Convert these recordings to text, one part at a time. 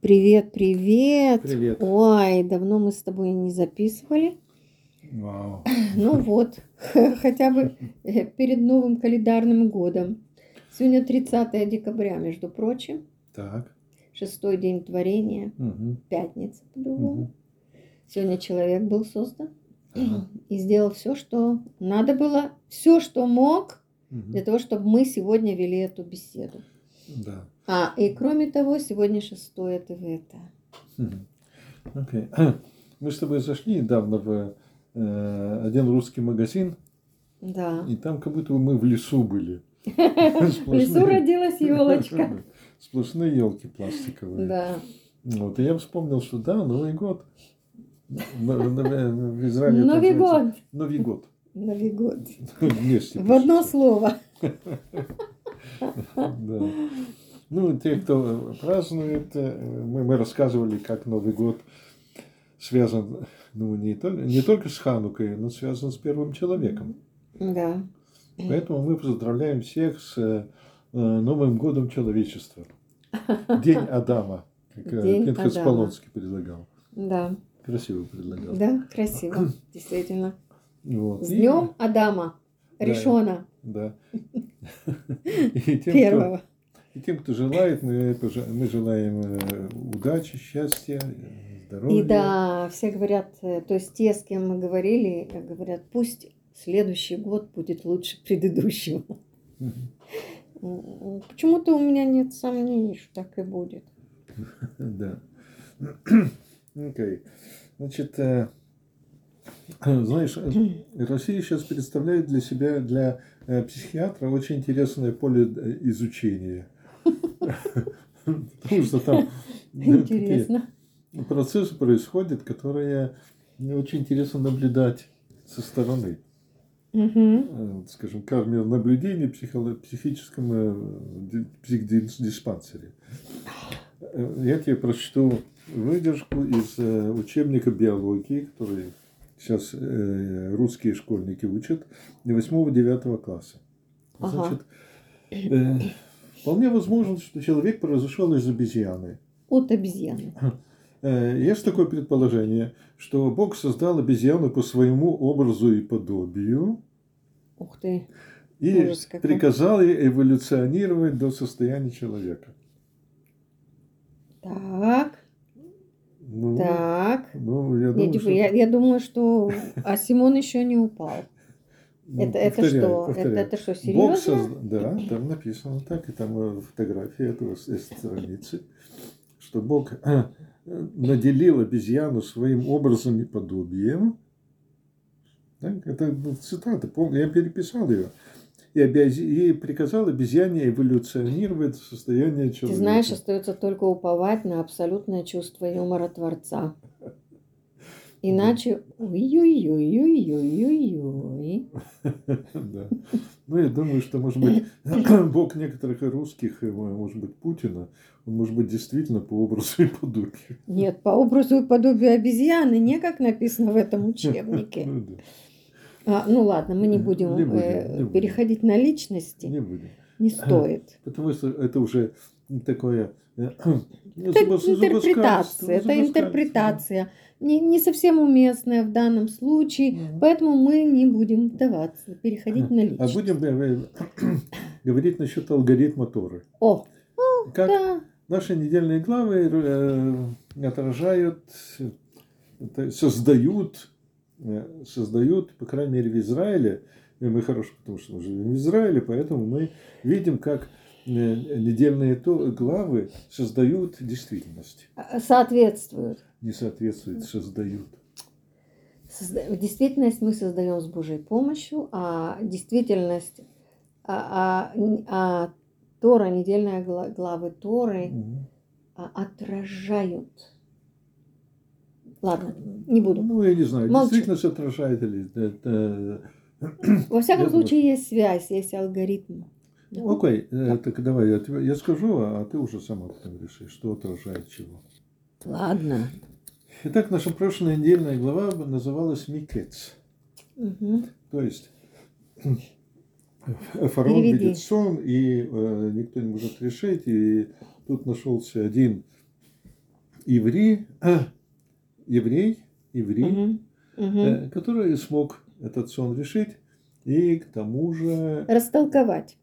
Привет, привет. Привет. Ой, давно мы с тобой не записывали. Вау. Ну вот, хотя бы э, перед новым календарным годом. Сегодня 30 декабря, между прочим. Так. Шестой день творения, Мгм. пятница по-другому. Мгм. Сегодня человек был создан Ага. и сделал все, что надо было, все, что мог, Мгм. для того, чтобы мы сегодня вели эту беседу. Да. А, и кроме того, сегодня шестое ТВ-то. Мгм. Окей. Мы с тобой зашли недавно в э, один русский магазин, Да. и там как будто бы мы в лесу были. В лесу родилась елочка. Сплошные елки пластиковые. Да. Вот, и я вспомнил, что да, Новый год. Н- н- н- В Израиле это Новый называется год. Новый год. Новый год. Вместе В одно почти. слово. Да. Ну, те, кто празднует, э, мы, мы рассказывали, как Новый год связан, ну, не, тол- не только с Ханукой, но связан с первым человеком. Да. Поэтому мы поздравляем всех с э, Новым годом человечества. День Адама, как э, День Пинхас Адама. Полонский предлагал. Да. Красиво предлагал. Да, красиво. Действительно. Вот. С И- днем Адама. Да. Решона. Да. И тем, кто- Первого. И тем, кто желает, мы, пож- мы желаем э, удачи, счастья, э, здоровья. И да, все говорят, э, то есть те, с кем мы говорили, э, говорят, пусть следующий год будет лучше предыдущего. Мгм. М, Почему-то у меня нет сомнений, что так и будет. Да. Окей. Значит, э, знаешь, э, Россия сейчас представляет для себя, для э, психиатра очень интересное поле э, изучения. Потому что там ну, такие Интересно. процессы происходят, которые ну, очень интересно наблюдать со стороны. Мгм. э, скажем, камер наблюдения в психоло- психическом э, ди- психдиспансере. Э, Я тебе прочту выдержку из э, учебника биологии, который сейчас э, русские школьники учат, 8-9 класса. Ага. Значит, э, вполне возможно, что человек произошел из обезьяны. От обезьяны. Э, Есть такое предположение, что Бог создал обезьяну по своему образу и подобию, Ух ты. и Ужас какой. приказал ей эволюционировать до состояния человека. Так, Ну, так. ну, я Я, думаю, типа, что... я- я думаю, что... А Симон еще не упал. ну, Это, это повторяю, что? Это, повторяю. это что, Бог серьезно? созда- Да, там написано так, и там э, фотографии этого с этой страницы, что Бог э, наделил обезьяну своим образом и подобием. Так, это ну, цитата, пом- я переписал ее. И, обяз- и приказал обезьяне эволюционировать до состояния Ты человека. знаешь, остается только уповать на абсолютное чувство юмора Творца. Иначе... Ой-ой-ой-ой-ой-ой-ой. Да. Ну, я думаю, что, может быть, бог некоторых и русских, и, может быть, Путина, он может быть действительно по образу и по духе. Нет, по образу и подобию обезьяны, не как написано в этом учебнике. Ну, да. А, ну ладно, мы не будем, Не будем, э, не будем. переходить на личности. Не будем. Не стоит. Потому что это уже такое... э, ну, Это зубос- зубоскальство, интерпретация. Это зубоскальство. интерпретация. Не, не совсем уместная в данном случае. Мгм. Поэтому мы не будем вдаваться, переходить на А личность. будем э, э, говорить насчет алгоритма Торы. О, Как да. Наши недельные главы э, отражают, э, это, создают, э, создают, по крайней мере, в Израиле, и мы хорошо, потому что мы живем в Израиле, поэтому мы видим, как э, недельные то- главы создают действительность. А, Соответствуют. Не соответствует, создают. Созда- Действительность мы создаем с Божьей помощью, а действительность, а, а- н- а Тора, недельная гла- главы Торы Мгм. а, отражают. Ладно, не буду. Ну, я не знаю, Молчу. действительность отражает или... э, э, Во всяком Я думаю, случае, есть связь, есть алгоритм. Окей, э, так давай я, тебе- я скажу, а ты уже сама потом решишь, что отражает чего. Ладно. Итак, наша прошлая недельная глава называлась Микец. Мгм. То есть фараон Переведи. видит э, сон, и э, никто не может решить. И тут нашелся один еврей, а, еврей, еврей, Мгм. Мгм. э, который смог этот сон решить и к тому же Растолковать.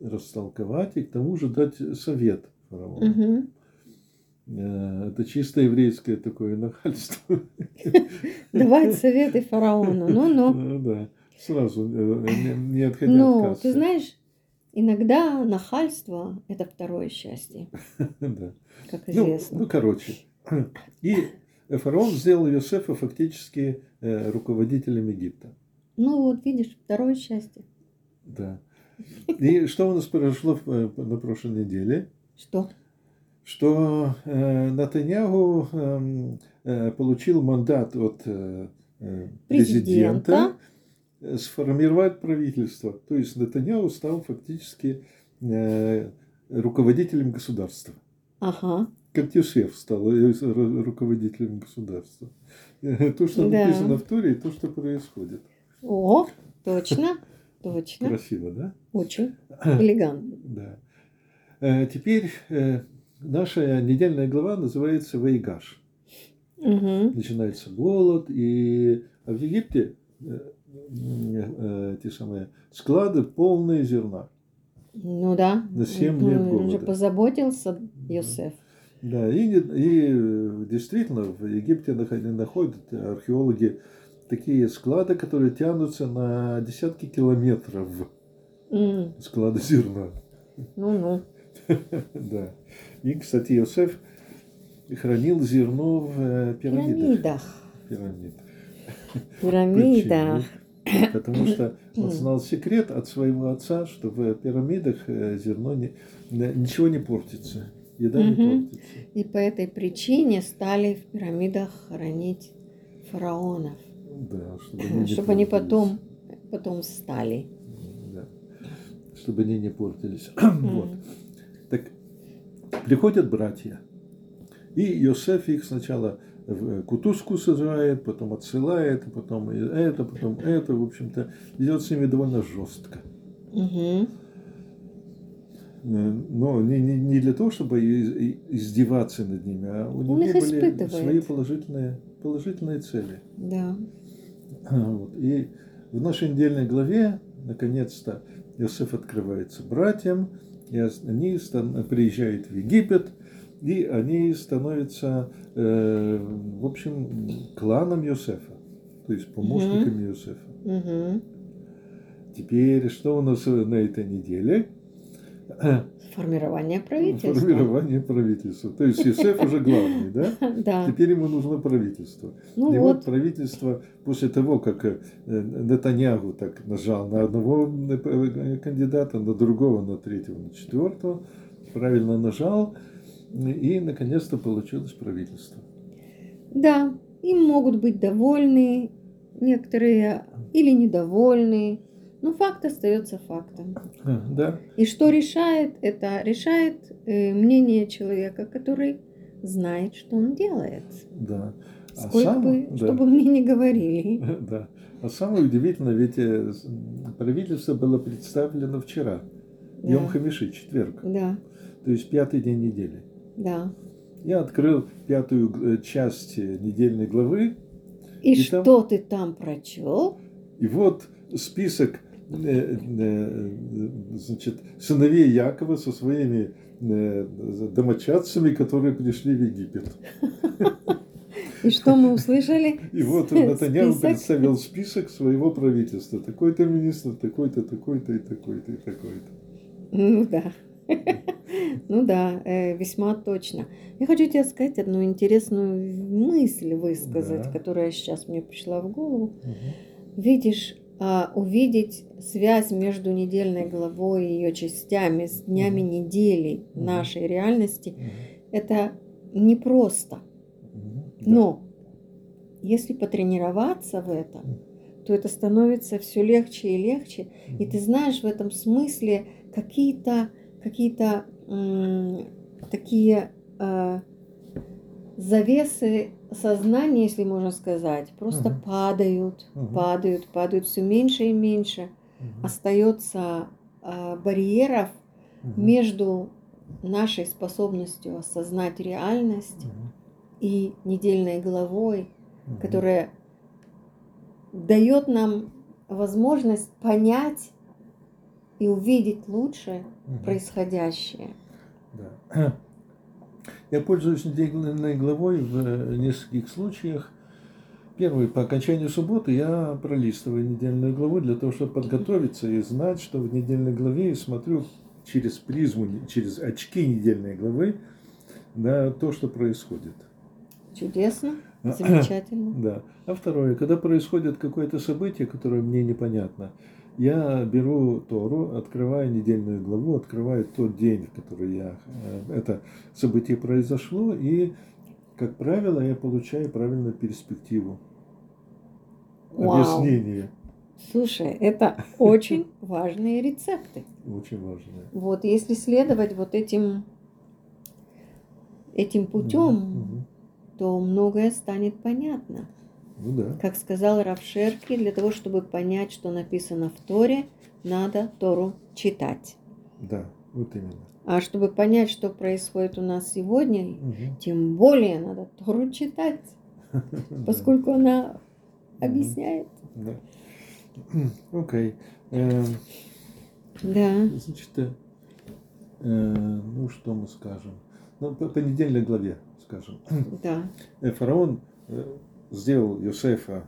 растолковать, и к тому же дать совет фараону. Мгм. Э, Это чисто еврейское такое нахальство. Давать советы фараону. Ну, Ну-ну. Э, Да, сразу, э, не не отходя от Ну, ты кассы. знаешь, иногда нахальство – это второе счастье, Да. как Ну, известно. ну, короче. И фараон сделал Иосифа фактически э, руководителем Египта. Ну, вот видишь, второе счастье. Да. И что у нас произошло в- на прошлой неделе? Что? Что э, Натаньягу эм, э, получил мандат от э, э, президента, Президента. э, сформировать правительство. То есть Натаньягу стал фактически э, руководителем государства. Ага. Как Юсеф стал э, с- ру- руководителем государства. Э, То, что Да. написано в Туре, и то, что происходит. О, точно, точно. Красиво, да? Очень элегантно. Да. Э, Теперь э, наша недельная глава называется «Ваигаш». Мгм. Начинается голод, и а в Египте э, э, те самые склады полные зерна. Ну да. На семь Ну, лет Он же голода. позаботился, Йосеф. Да, и, не- и э, действительно в Египте наход- находят археологи такие склады, которые тянутся на десятки километров М, ну, склада зерна. Ну-ну. Да. И, кстати, Иосиф хранил зерно в э, В пирамидах. пирамидах. Пирамидах. В пирамидах. Почему? Потому что он знал секрет от своего отца, что в пирамидах э, зерно не, не- ничего не портится, еда не Мгм. портится. И по этой причине стали в пирамидах хоронить фараонов, Да, чтобы они, не чтобы они портились. потом, потом стали. Да. Чтобы они не портились. вот. Так приходят братья. И Йосеф их сначала в э, кутузку сажает, потом отсылает, потом и это, потом это. В общем-то, идет с ними довольно жестко. Мгм. Э, Но не, не- не для того, чтобы и- и издеваться над ними, а у Он них их были испытывает. свои положительные, положительные цели. Да. Вот. И в нашей недельной главе, наконец-то, Иосиф открывается братьям, и ос- они стан- приезжают в Египет, и они становятся, э, в общем, кланом Иосифа, то есть помощниками Иосифа. Мгм. Теперь, что у нас э, на этой неделе? Формирование правительства. Формирование правительства. То есть Иосиф уже главный, да? Да. Теперь ему нужно правительство. Ну и вот. вот. правительство после того, как э, Нетаньягу так нажал на одного э, кандидата, на другого, на третьего, на четвертого, правильно нажал, и наконец-то получилось правительство. Да. Им могут быть довольны некоторые или недовольны. Но факт остается фактом. А, Да, И что решает? Это решает э, мнение человека, который знает, что он делает. да. А Сколько самое- бы, да. что бы мне не говорили. Да. А самое удивительное, ведь э, с- м, правительство было представлено вчера, Йом Да. Хамиши, четверг, Да, то есть пятый день недели. да. Я открыл пятую э, часть э, недельной главы, И, И там- что ты там прочел? И вот список э, э, значит, сыновей Якова со своими э, домочадцами, которые пришли в Египет. И что мы услышали? И вот Натаньяу Список. представил список своего правительства. Такой-то министр, такой-то, такой-то и такой-то и такой-то. Ну да. Ну да, э, весьма точно. Я хочу тебе сказать одну интересную мысль высказать, Да. которая сейчас мне пришла в голову. Видишь, а, увидеть связь между недельной главой и ее частями с днями Мгм. недели Мгм. нашей реальности, Мгм. это непросто. Мгм. Но если потренироваться в этом, то это становится все легче и легче. Да. И ты знаешь в этом смысле какие-то какие-то м, такие э, завесы сознания, если можно сказать, просто Мгм. падают, Мгм. падают, падают все меньше и меньше. Мгм. Остается э, барьеров Мгм. между нашей способностью осознать реальность и недельной главой, Мгм. которая дает нам возможность понять и увидеть лучше Мгм. происходящее. Да. Я пользуюсь недельной главой в э, нескольких случаях. Первый, по окончанию субботы я пролистываю недельную главу для того, чтобы подготовиться и знать, что в недельной главе я смотрю через призму, не- через очки недельной главы на то, что происходит. Чудесно, Ну, замечательно. Да. А второе, когда происходит какое-то событие, которое мне непонятно, я беру Тору, открываю недельную главу, открываю тот день, в который я, э, это событие произошло, и, как правило, я получаю правильную перспективу, Вау. объяснение. Слушай, это очень важные рецепты. Очень важное. Вот если следовать вот этим этим путем, Мгм. то многое станет понятно. Ну да. Как сказал Равшерки, для того, чтобы понять, что написано в Торе, надо Тору читать. Да, вот именно. А чтобы понять, что происходит у нас сегодня, Мгм. тем более надо Тору читать, Да. поскольку она Мгм. объясняет. Да. Окей. Эм, Да. Значит, э, э, ну что мы скажем? Ну, по по недельной главе, скажем. Да. Э, Фараон э, сделал Юсефа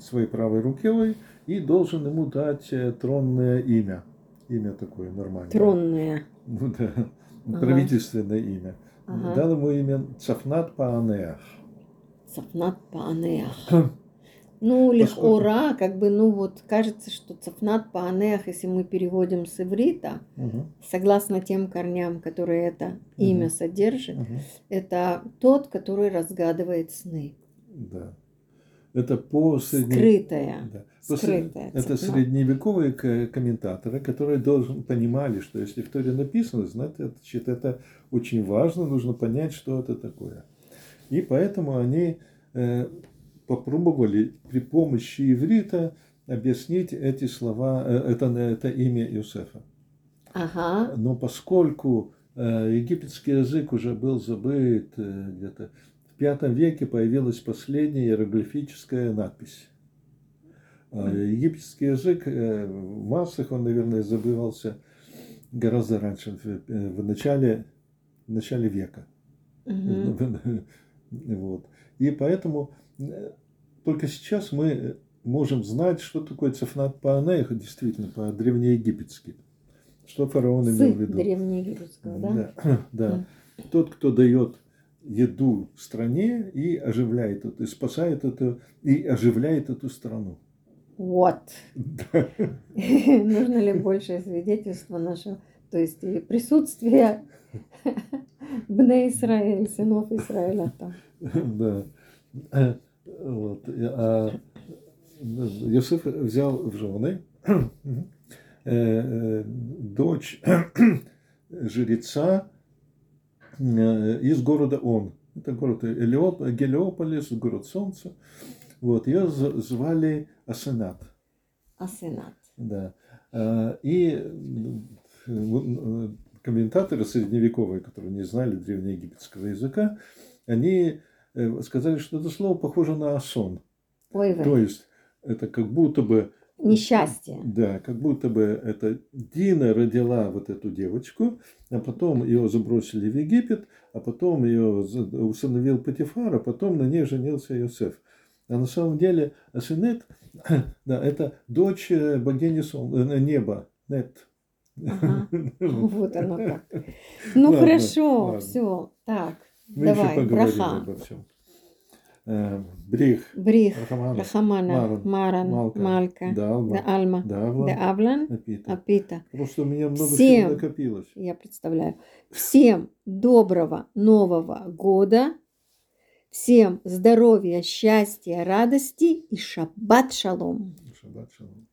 своей правой рукой и должен ему дать э, тронное имя. Имя такое нормальное. Тронная. Ну да, Ага. правительственное имя. Ага. Дал ему имя Цафнат Паанеах. Цафнат Паанеах. Ну, лихора, как бы, ну вот, кажется, что цафнат Паанеах, если мы переводим с иврита, Мгм, согласно тем корням, которые это имя Мгм. содержит, мгм. это тот, который разгадывает сны. Да. Это по средне- Скрытая. Да. После- Скрытая это цепная. средневековые к- комментаторы, которые должен, понимали, что если в Торе написано, значит это, значит, это очень важно, нужно понять, что это такое. И поэтому они э, попробовали при помощи иврита объяснить эти слова, э, это, это имя Иосифа. Ага. Но поскольку э, египетский язык уже был забыт э, где-то, в V веке появилась последняя иероглифическая надпись. А египетский язык э, в массах, он, наверное, забывался гораздо раньше, в, э, в начале, в начале века. Ну, Мгм. Вот. И поэтому э, только сейчас мы можем знать, что такое цифнат паанех, действительно, по-древнеегипетски. Что фараон С имел в виду. древнеегипетского, да? Да, да. Тот, кто дает еду стране и оживляет это, и спасает это, и оживляет эту страну. Вот. Да. Нужно ли большее свидетельство нашего, то есть и присутствие Бне Израиль, сынов Израиля там. Да. Э, Вот. И, а, Иосиф взял в жены э, э, дочь жреца э, из города Он. Это город Элиоп- Гелиополис, город Солнца. Вот, ее з- звали Асенат. А Асенат. Да. А, И м, э, комментаторы средневековые, которые не знали древнеегипетского языка, они э, сказали, что это слово похоже на асон. Ой, То вы. есть это как будто бы, Несчастье. да, как будто бы это Дина родила вот эту девочку, а потом ее забросили в Египет, а потом ее за- усыновил Патифар, а потом на ней женился Иосиф. А на самом деле Асинет, да, это дочь э, богини сол- э, неба, Нет. Ага. Мы Вот оно как. Ну Ладно, хорошо, ладно. все. Так, еще давай, поговорим браха. обо всем. Э, Брих, Брих, Рахаманов, Рахамана, Маран, Маран, Малка, Малька, Де Далма, Альма, Де Давла, Аблан, Апита. Апита. Просто у меня много а, Всем. всего накопилось. я представляю. Всем доброго Нового года, всем здоровья, счастья, радости и шаббат шалом. Шаббат шалом.